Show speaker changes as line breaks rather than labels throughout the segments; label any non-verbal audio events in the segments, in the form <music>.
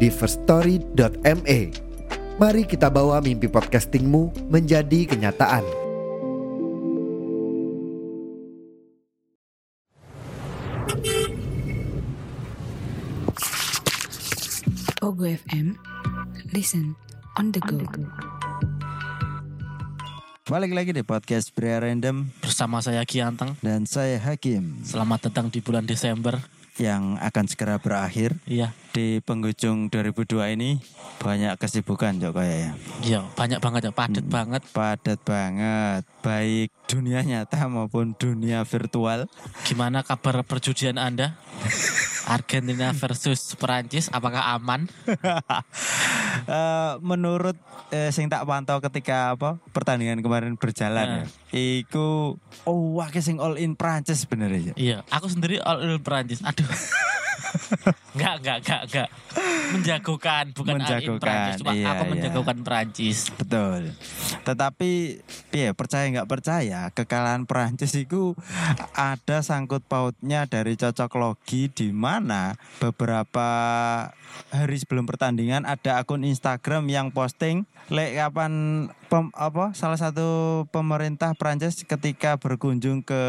di firststory.me. Mari kita bawa mimpi podcastingmu menjadi kenyataan.
Ogo FM. Listen on the go.
Balik lagi di podcast Brea Random
Bersama saya Gianteng,
dan saya Hakim
selamat datang di bulan Desember.
yang akan segera berakhir
Iya,
di penghujung 2002 ini banyak kesibukan Jok ya.
iya banyak banget ya, padat
Hmm.
banget.
Padat banget, baik dunia nyata maupun dunia virtual.
Gimana kabar perjudian Anda? Argentina versus Perancis, apakah aman?
Eh, menurut eh, sing tak pantau ketika apa pertandingan kemarin berjalan ya, iku oh wakil sing all in Prancis bener ya. Jok.
Iya, aku sendiri all in Perancis. Aduh. Enggak, enggak, enggak, enggak. Menjagokan, bukan all in
Menjagokan,
Perancis. Cuma
iya,
aku
iya.
menjagokan Perancis.
Betul. Tetapi piye percaya nggak percaya kekalahan Prancis itu ada sangkut pautnya dari cocok logi di mana beberapa hari sebelum pertandingan ada akun Instagram yang posting lek kapan pem- apa salah satu pemerintah Prancis ketika berkunjung ke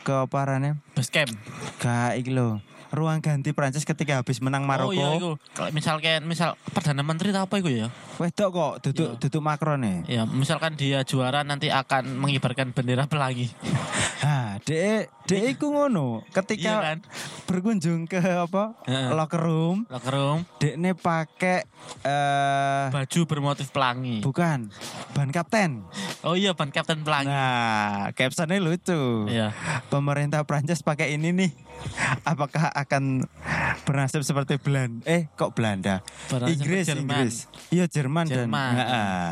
ke apa arane?
Basecamp.
Gak iki lho. Ruang ganti Prancis ketika habis menang
Oh
Maroko.
iya, itu. Kalau misalkan, misal Perdana Menteri atau apa itu ya?
Wedok kok duduk
Iya.
duduk Macron ya.
Ya, misalkan dia juara nanti akan mengibarkan bendera pelangi. <laughs>
Hah, de de Nah, iku ngono. Ketika
Iya kan?
berkunjung ke apa?
Heeh.
locker room,
Locker room,
dekne pakai eh
baju bermotif pelangi.
bukan ban kapten.
Oh iya, ban Kapten Pelangi.
Nah, captionnya lucu.
Iya.
Pemerintah Prancis pakai ini nih. Apakah akan bernasib seperti Belanda? Eh, kok Belanda?
Bernasib
Inggris,
seperti Jerman.
Inggris. Iya, Jerman,
Jerman.
dan Heeh.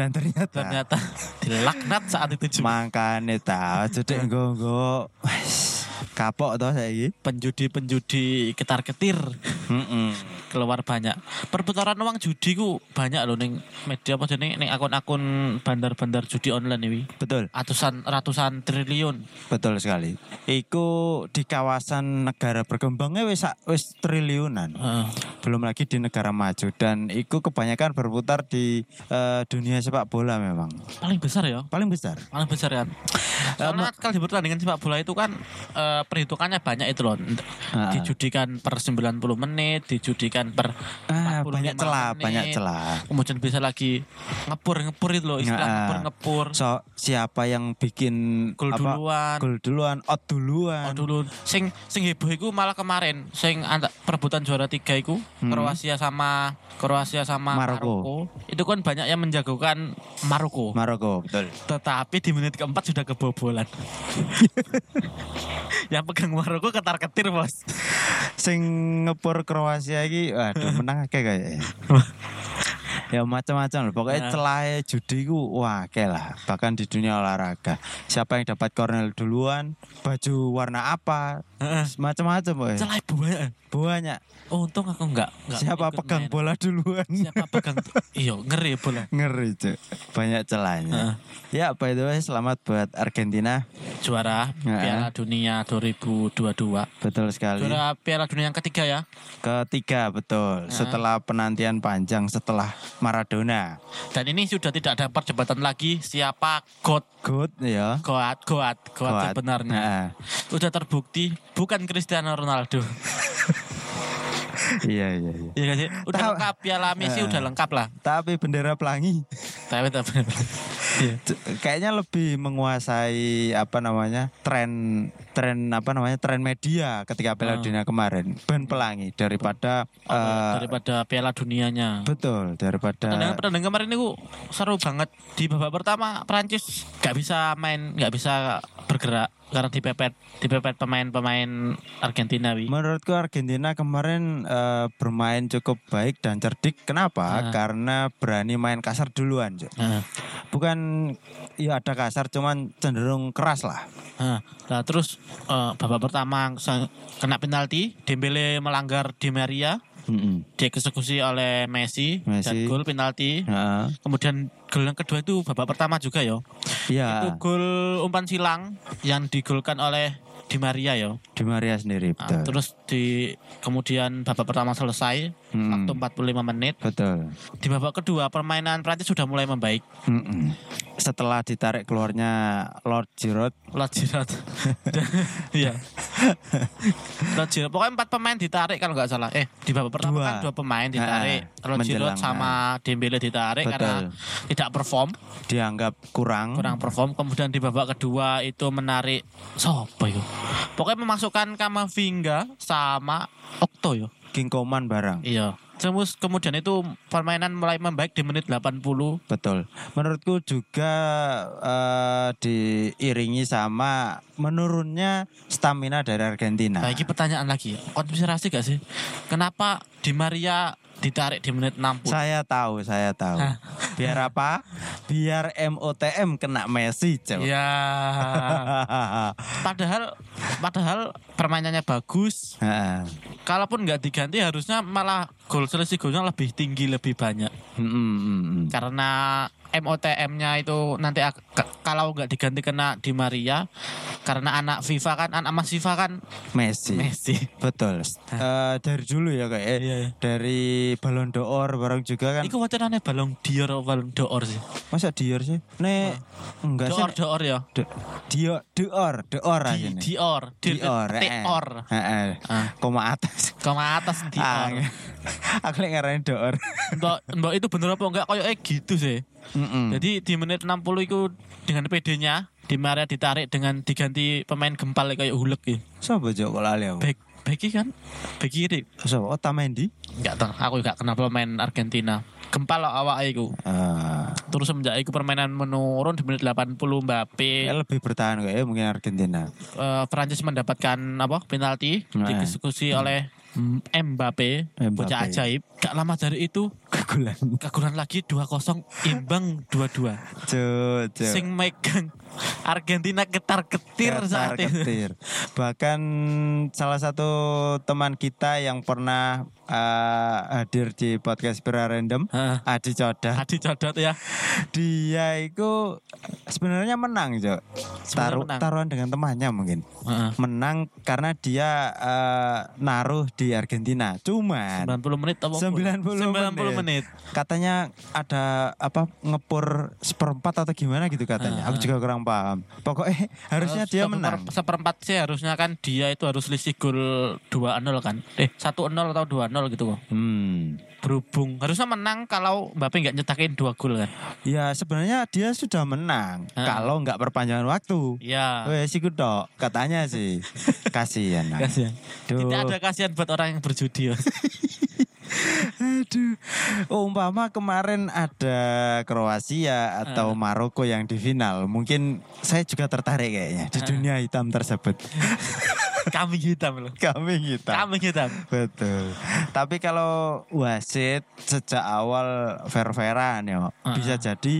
dan ternyata, <laughs>
Ternyata dilaknat saat itu juga.
makanya tahu jadi nggo kapok toh saya
Penjudi-penjudi ketar-ketir keluar banyak. Perputaran uang judi ku banyak loh ning media apa jenenge ning akun-akun bandar-bandar judi online ini.
Betul,
Ratusan ratusan triliun.
betul sekali. Iku di kawasan negara berkembangnya wis sak- wis triliunan.
Heeh.
Belum lagi di negara maju dan iku kebanyakan berputar di eh, dunia sepak bola memang.
paling besar ya.
Paling besar.
Paling besar kan. Soalnya kalau di pertandingan sepak bola itu kan eh, perhitungannya banyak itu loh.
Ah.
Dijudikan per 90 menit, dijudikan per
Ah,
45
banyak celah,
menit.
banyak celah.
kemudian Oh, bisa lagi ngepur ngepur itu loh istilah
Nah.
ngepur ngepur
So, siapa yang bikin
gol
apa,
duluan
Gol duluan, out
oh
duluan.
dulu sing sing heboh iku malah kemarin sing anta, perebutan juara tiga iku
Hmm.
Kroasia sama Kroasia sama
Maroko.
Maroko. itu kan banyak yang menjagokan Maroko
Maroko, betul.
tetapi di menit keempat sudah
<laughs>
kebobolan yang pegang Maroko ketar ketir
<laughs>
bos
Sing ngepur Kroasia iki
<laughs>
waduh menang akeh kayaknya. ya macam-macam loh. Pokoknya
Ya.
celah judi ku wah akeh lah. Bahkan di dunia olahraga. Siapa yang dapat corner duluan, baju warna apa,
Heeh.
macam-macam pokoknya.
celah ibu banyak
Banyak.
Oh, untung aku enggak, enggak
Siapa
ikut
pegang
main.
bola duluan?
siapa pegang iyo ngeri ya bola
<laughs> Ngeri Cuk. Banyak celahnya.
Heeh.
Ya by the way selamat buat Argentina.
juara
Heeh.
Piala Dunia 2022
Betul sekali.
Juara Nah. Piala Dunia yang ketiga ya.
Ketiga betul. Setelah penantian panjang setelah Maradona.
Dan ini sudah tidak ada perdebatan lagi siapa God,
Good ya.
God, God, God
Kuat.
sebenarnya.
Nah,
Sudah terbukti bukan Cristiano Ronaldo.
iya iya iya.
Iya nggak sih? Udah
Tahu.
lengkap Piala Messi
Heeh.
udah lengkap lah.
<laughs> Tapi bendera pelangi
Tapi tapi-
C- kayaknya lebih menguasai apa namanya tren tren apa namanya tren media ketika Piala
Ah.
Dunia kemarin Ben Pelangi daripada eh,
daripada Piala Dunianya.
betul daripada
Pertandingan, pertandingan kemarin itu seru banget di babak pertama Prancis nggak bisa main nggak bisa bergerak karena dipepet dipepet pemain-pemain Argentina wi
menurutku Argentina kemarin eh, bermain cukup baik dan cerdik kenapa
Ah.
karena berani main kasar duluan Cuk.
nah,
bukan ya ada kasar cuman cenderung keras lah
nah, nah, terus eh, babak pertama sang- kena penalti Dembele melanggar Di Maria dieksekusi oleh Messi, dan
Messi. Ya.
gol penalti
Heeh.
kemudian gol yang kedua itu babak pertama juga yo itu
ya
gol umpan silang yang digolkan oleh Di Maria yo
Di Maria sendiri
Nah,
betul
terus di kemudian babak pertama selesai
Hmm.
waktu 45 menit.
betul
Di babak kedua permainan Prancis sudah mulai membaik.
Mm-mm. setelah ditarik keluarnya Lord Giroud
Lord
<laughs>
Giroud. Iya. Lord Giroud. Pokoknya empat pemain ditarik kalau nggak salah. Eh di babak pertama
Dua.
kan dua pemain ditarik.
Ah,
Lord Giroud
menjelang,
sama Dembele ditarik
Betul.
karena tidak perform,
dianggap kurang
kurang perform. Kemudian di babak kedua itu menarik sopo yo. Pokoknya memasukkan Kamavinga sama Okto yo.
kingkoman barang
Iya. Terus kemudian itu permainan mulai membaik di menit 80
betul menurutku juga eh, diiringi sama menurunnya stamina dari Argentina
Nah, ini pertanyaan lagi. Konspirasi gak sih? Kenapa Di Maria ditarik di menit 60?
saya tahu saya tahu
Hah.
biar apa biar MOTM kena Messi <laughs> coba
Ya. padahal padahal permainannya bagus.
Heeh.
Kalaupun nggak diganti harusnya malah gol selisih golnya lebih tinggi lebih banyak.
Mm, mm, mm.
Karena MOTM-nya itu nanti ak- ke- kalau nggak diganti kena Di Maria karena anak FIFA kan anak Mas FIFA kan
Messi.
Messi.
Betul. Eh, dari dulu ya kayak eh,
Iya, iya.
dari Ballon d'Or bareng juga kan.
Iku wacanane balong Dior apa balong Door sih.
Masa Dior sih? Nek
Nah,
enggak sih.
Door Door ya.
D- Dior Dior Dior aja
Di- Dior, Dior,
Dior. eh.
Dior.
Heeh.
Ah.
Koma atas.
Koma atas
Ah,
Dior.
<laughs> Aku lagi ngarahin Dior.
Mbak, mbak itu bener apa enggak? Kayak gitu sih.
Mm-mm.
Jadi di menit 60 itu dengan PD-nya di Maria ditarik dengan diganti pemain gempal kayak hulek ya.
Sopo Joko lali aku? Oh,
Back Beki kan? Beki kiri.
Sopo Otamendi?
Enggak tahu, aku enggak kenal pemain Argentina. Gempal lah awak iku.
Ah,
Terus semenjak iku permainan menurun di menit 80 Mbappe
ya lebih bertahan kayak mungkin Argentina.
eh, Prancis mendapatkan apa? penalti
Nah.
dieksekusi oleh M- Mbappe,
Mbappe.
bocah ajaib. Gak lama dari itu
Kegulan.
kegulan lagi 2-0 imbang 2-2.
Cuk, cuk.
sing megang Argentina ketar ketir saat itu.
Ketar-ketir. Bahkan salah satu teman kita yang pernah eh, hadir di podcast Pira Random,
Heeh.
Adi Coda,
Adi codot ya.
dia itu sebenarnya menang, Cok. Taruh
menang.
taruhan dengan temannya mungkin.
Heeh.
Menang karena dia eh, naruh di Argentina. Cuman
90 menit apa?
90
90 menit. ya.
katanya ada apa ngepur seperempat atau gimana gitu katanya. Aku juga kurang paham. Pokoknya <laughs> harusnya dia
Eh, Seper-
menang.
Oh, Seperempat sih harusnya kan dia itu harus selisih gol 2-0 kan. Eh 1-0 atau 2-0 gitu kok.
Hmm.
Berhubung harusnya menang kalau Mbappe nggak nyetakin 2 gol kan.
Ya sebenarnya dia sudah menang
Heeh.
kalau nggak perpanjangan waktu.
Iya.
Wes iku tok, katanya
<laughs>
sih. Kasihan. Nang.
Kasihan.
Duh.
Tidak ada kasihan buat orang yang berjudi. ya. <laughs>
Aduh. Umpama kemarin ada Kroasia
Ah.
atau Maroko yang di final, mungkin saya juga tertarik kayaknya
Ah.
di dunia hitam
<laughs>
tersebut.
Kambing hitam loh.
Kambing hitam.
Kambing hitam.
Betul. Tapi kalau wasit sejak awal fair-fairan ya, bisa
Ah.
jadi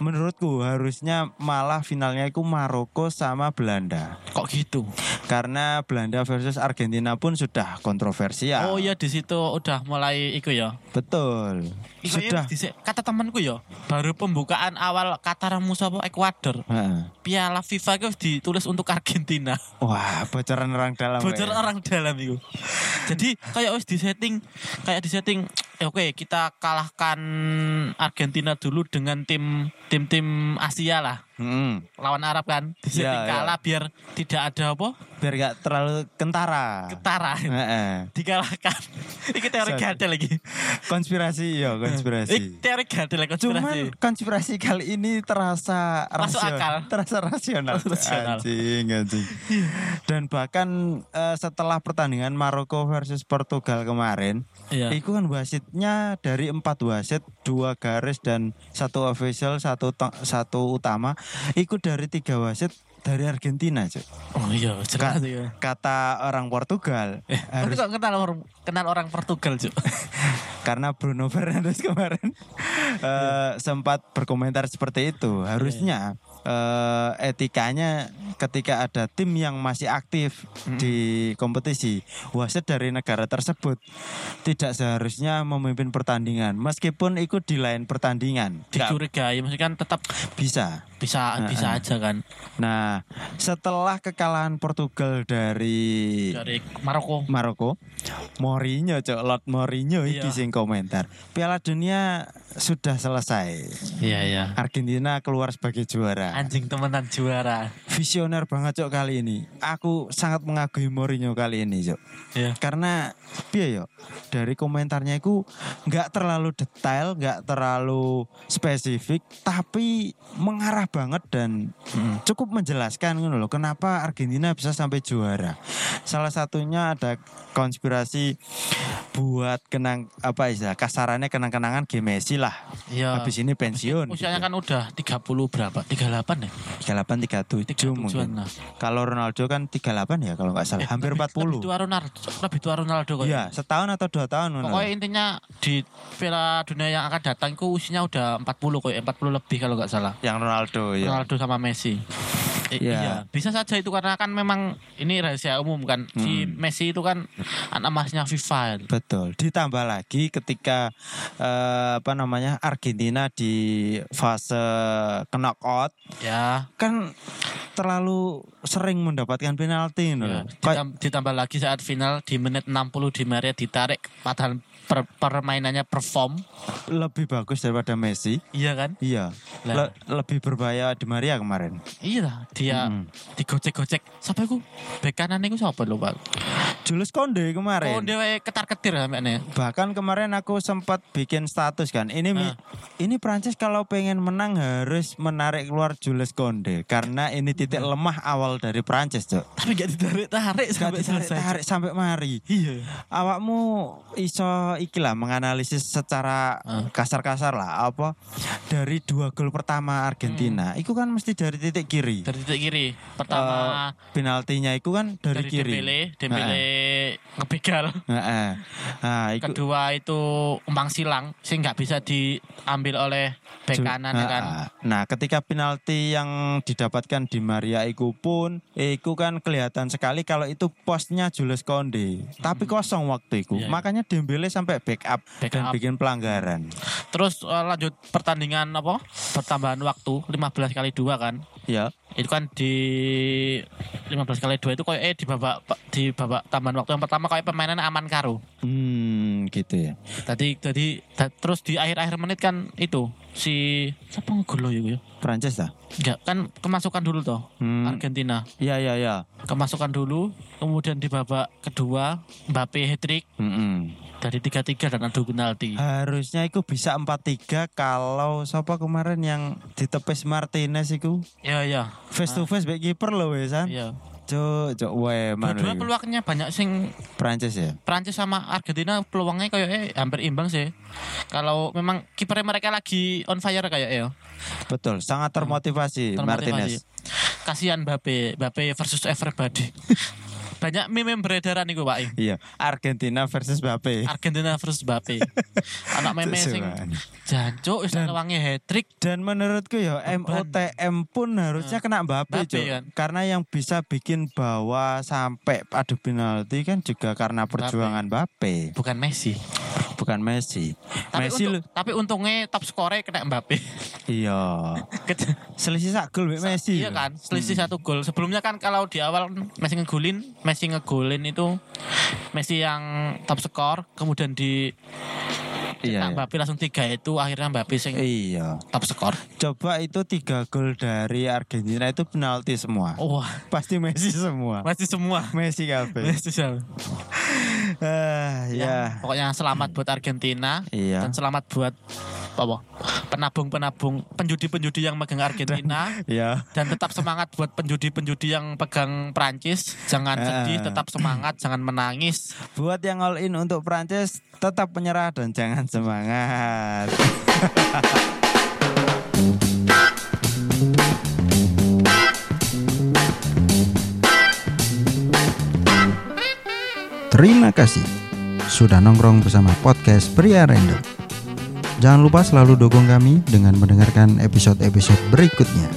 menurutku harusnya malah finalnya itu Maroko sama Belanda.
Kok gitu?
Karena Belanda versus Argentina pun sudah kontroversial.
Oh iya di situ udah mulai iku ya.
Betul.
Sudah.
Sudah.
kata temanku ya, baru pembukaan awal Qatar Musapa Ekuador.
Heeh.
Piala FIFA itu ditulis untuk Argentina.
Wah, bocoran orang dalam.
Bocor
kayak.
orang dalam itu. Jadi kayak wis disetting, kayak disetting eh, oke kita kalahkan Argentina dulu dengan tim tim tim Asia lah
Mm-mm.
lawan Arab kan
Iya,
jadi
iya.
kalah biar tidak ada apa
biar gak terlalu kentara. <laughs>
ketara
Heeh.
dikalahkan ini teori
Sorry.
gak ada lagi
Konspirasi
<laughs>
ya
ini
konspirasi.
teori gak ada lagi konspirasi
Cuman konspirasi kali ini terasa
Masuk
rasio-
akal.
<laughs> terasa rasional,
Terasa rasional.
Anjing, anjing. Dan bahkan eh, setelah pertandingan Maroko versus Portugal kemarin,
Iya.
itu kan wasitnya dari empat wasit, dua garis dan satu official, satu to- satu utama, itu dari tiga wasit dari Argentina, Cuk.
oh iya
Ka-
jelas iya.
kata orang Portugal
Tapi
harus
kok kenal orang kenal orang Portugal
<laughs>
Cuk?
karena Bruno <laughs> Fernandes kemarin eh, sempat berkomentar seperti itu. Harusnya eh, etikanya ketika ada tim yang masih aktif di kompetisi, wasit dari negara tersebut tidak seharusnya memimpin pertandingan meskipun ikut di lain pertandingan. Nggak
dicurigai maksudnya kan tetap
bisa.
bisa bisa aja kan
Nah, setelah kekalahan Portugal dari
dari Maroko
Maroko. Mourinho, cok, Lord Mourinho iki
Iya.
sing komentar. Piala Dunia sudah selesai.
iya iya
Argentina keluar sebagai juara.
anjing temenan juara
Visioner banget cok kali ini. Aku sangat mengagumi Mourinho kali ini, cok.
Iya.
Karena piye yo? Dari komentarnya itu nggak terlalu detail, nggak terlalu spesifik, tapi mengarah banget dan mm,
Hmm.
cukup menjelaskan ngono loh. Kenapa Argentina bisa sampai juara? Salah satunya ada konspirasi buat kenang apa istilah kasarannya kenang-kenangan game Messi lah.
iya
Habis ini pensiun. gitu.
usianya kan udah 30 berapa 38 ya
38 37
37
mungkin.
nah.
Kalau Ronaldo kan 38 ya kalau nggak salah, hampir
Eh,
40.
lebih tua Ronaldo lebih tua Ronaldo kok ya?
Iya, setahun atau dua tahun. ngono.
Pokoknya intinya di Piala Dunia yang akan datang itu usianya udah 40 kayak 40 ya? lebih kalau nggak salah.
yang Ronaldo ya.
Ronaldo sama Messi. I-
Iya.
Iya, bisa saja itu karena kan memang ini rahasia umum kan. Si
Hmm.
Messi itu kan anak emasnya FIFA. kan.
Betul. Ditambah lagi ketika eh, apa namanya Argentina di fase knockout
Ya.
kan terlalu sering mendapatkan penalti
ya.
ngono loh. Kayak-
Ditam- Ditambah lagi saat final di menit 60 di Maria ditarik padahal per- permainannya perform.
lebih bagus daripada Messi.
Iya kan?
Iya.
Lah.
Le- lebih berbahaya di Maria kemarin.
Iya lah, dia
Mm-mm.
digocek-gocek. Siapa iku? Bek kanane iku sapa lho, Pak?
Julius Konde kemarin.
Oh, dia ketar-ketir sampeyan.
Bahkan kemarin aku sempat bikin status kan. Ini mi-
Ah.
ini Prancis kalau pengen menang harus menarik keluar Jules Konde karena ini titik lemah awal dari Prancis, Cok.
tapi gak ditarik-tarik sampai selesai.
tarik sampai mari.
Iya.
Awakmu iso iki lah menganalisis secara
Ah.
kasar-kasar lah apa dari dua gol pertama Argentina. Itu kan mesti dari titik kiri.
Hmm. Dari titik kiri. Pertama
Eh, penaltinya itu kan dari,
dari,
kiri.
Dembele, Dembele ngebegal.
Heeh. Nah, iku-
Kedua itu umpang silang sing nggak bisa diambil oleh bek
Ju-
kanan ya
Ah,
kan.
ah. Nah, ketika penalti yang didapatkan di Maria Iku pun, Iku kan kelihatan sekali kalau itu posnya Jules Konde, tapi kosong waktu itu.
Iya, iya.
Makanya Dembele sampai backup
Back
dan
up.
bikin pelanggaran.
Terus eh, lanjut pertandingan apa? Pertambahan waktu 15 kali 2 kan.
Ya,
Itu kan di 15 kali 2 itu kayak eh, di babak di babak tambahan waktu yang pertama kayak pemainan aman karo.
hmm, gitu ya.
Tadi tadi ta- terus di akhir-akhir menit kan itu si siapa ngegol ya gue?
Prancis lah.
Enggak, kan kemasukan dulu toh
Hmm.
Argentina.
Ya, ya, ya.
Kemasukan dulu, kemudian di babak kedua Mbappe hat-trick
Mm-mm.
dari 3-3 dan adu penalti.
Harusnya Iku bisa 4-3 kalau siapa kemarin yang ditepis Martinez Iku
Iya, iya.
face to face back kiper loh wesan.
Iya.
Cuk, cuk, weh, mana
Dua-dua
iku?
peluangnya banyak sing
Prancis ya.
Prancis sama Argentina peluangnya kayak eh, hampir imbang sih. Kalau memang kipernya mereka lagi on fire kayak ya.
Betul, sangat termotivasi, Martinez.
Hmm. Termotivasi. Kasihan Mbappe, Mbappe versus everybody. <laughs> banyak meme yang beredaran nih Pak.
Iya, Argentina versus Mbappe.
Argentina versus Mbappe.
<laughs>
Anak meme sing
Sesuai.
jancuk wis wangi hat-trick
Dan menurutku ya MOTM pun harusnya kena Mbappe,
Hmm. Mbappe,
Cuk.
kan?
Karena yang bisa bikin bawa sampai adu penalti kan juga karena perjuangan Mbappe,
bukan Messi.
bukan Messi.
Tapi,
Messi
untuk,
lu-
tapi untungnya top score kena Mbappe. <laughs>
iya.
Kece-
Selisih sak gol wek Messi.
Iya kan,
Hmm.
selisih satu gol. Sebelumnya kan kalau di awal Messi ngegolin, Messi ngegolin itu Messi yang top skor, kemudian di
Iya,
Mbak Mbappe langsung tiga itu akhirnya Mbappe sing
Iya.
top skor.
Coba itu tiga gol dari Argentina itu penalti semua.
Wah,
Pasti Messi semua.
masih semua.
Messi kabeh.
Masih semua.
Ah, ya.
Pokoknya selamat buat Argentina
Iya.
dan selamat buat apa? Penabung-penabung, penjudi-penjudi yang megang Argentina.
Ya.
dan tetap semangat buat penjudi-penjudi yang pegang Prancis. Jangan
Eh.
sedih, tetap semangat, jangan menangis.
Buat yang all in untuk Prancis tetap menyerah dan jangan semangat. Terima kasih sudah nongkrong bersama podcast Pria Random. Jangan lupa selalu dukung kami dengan mendengarkan episode-episode berikutnya.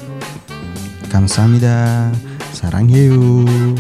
Kamsahamnida, sarang hiu.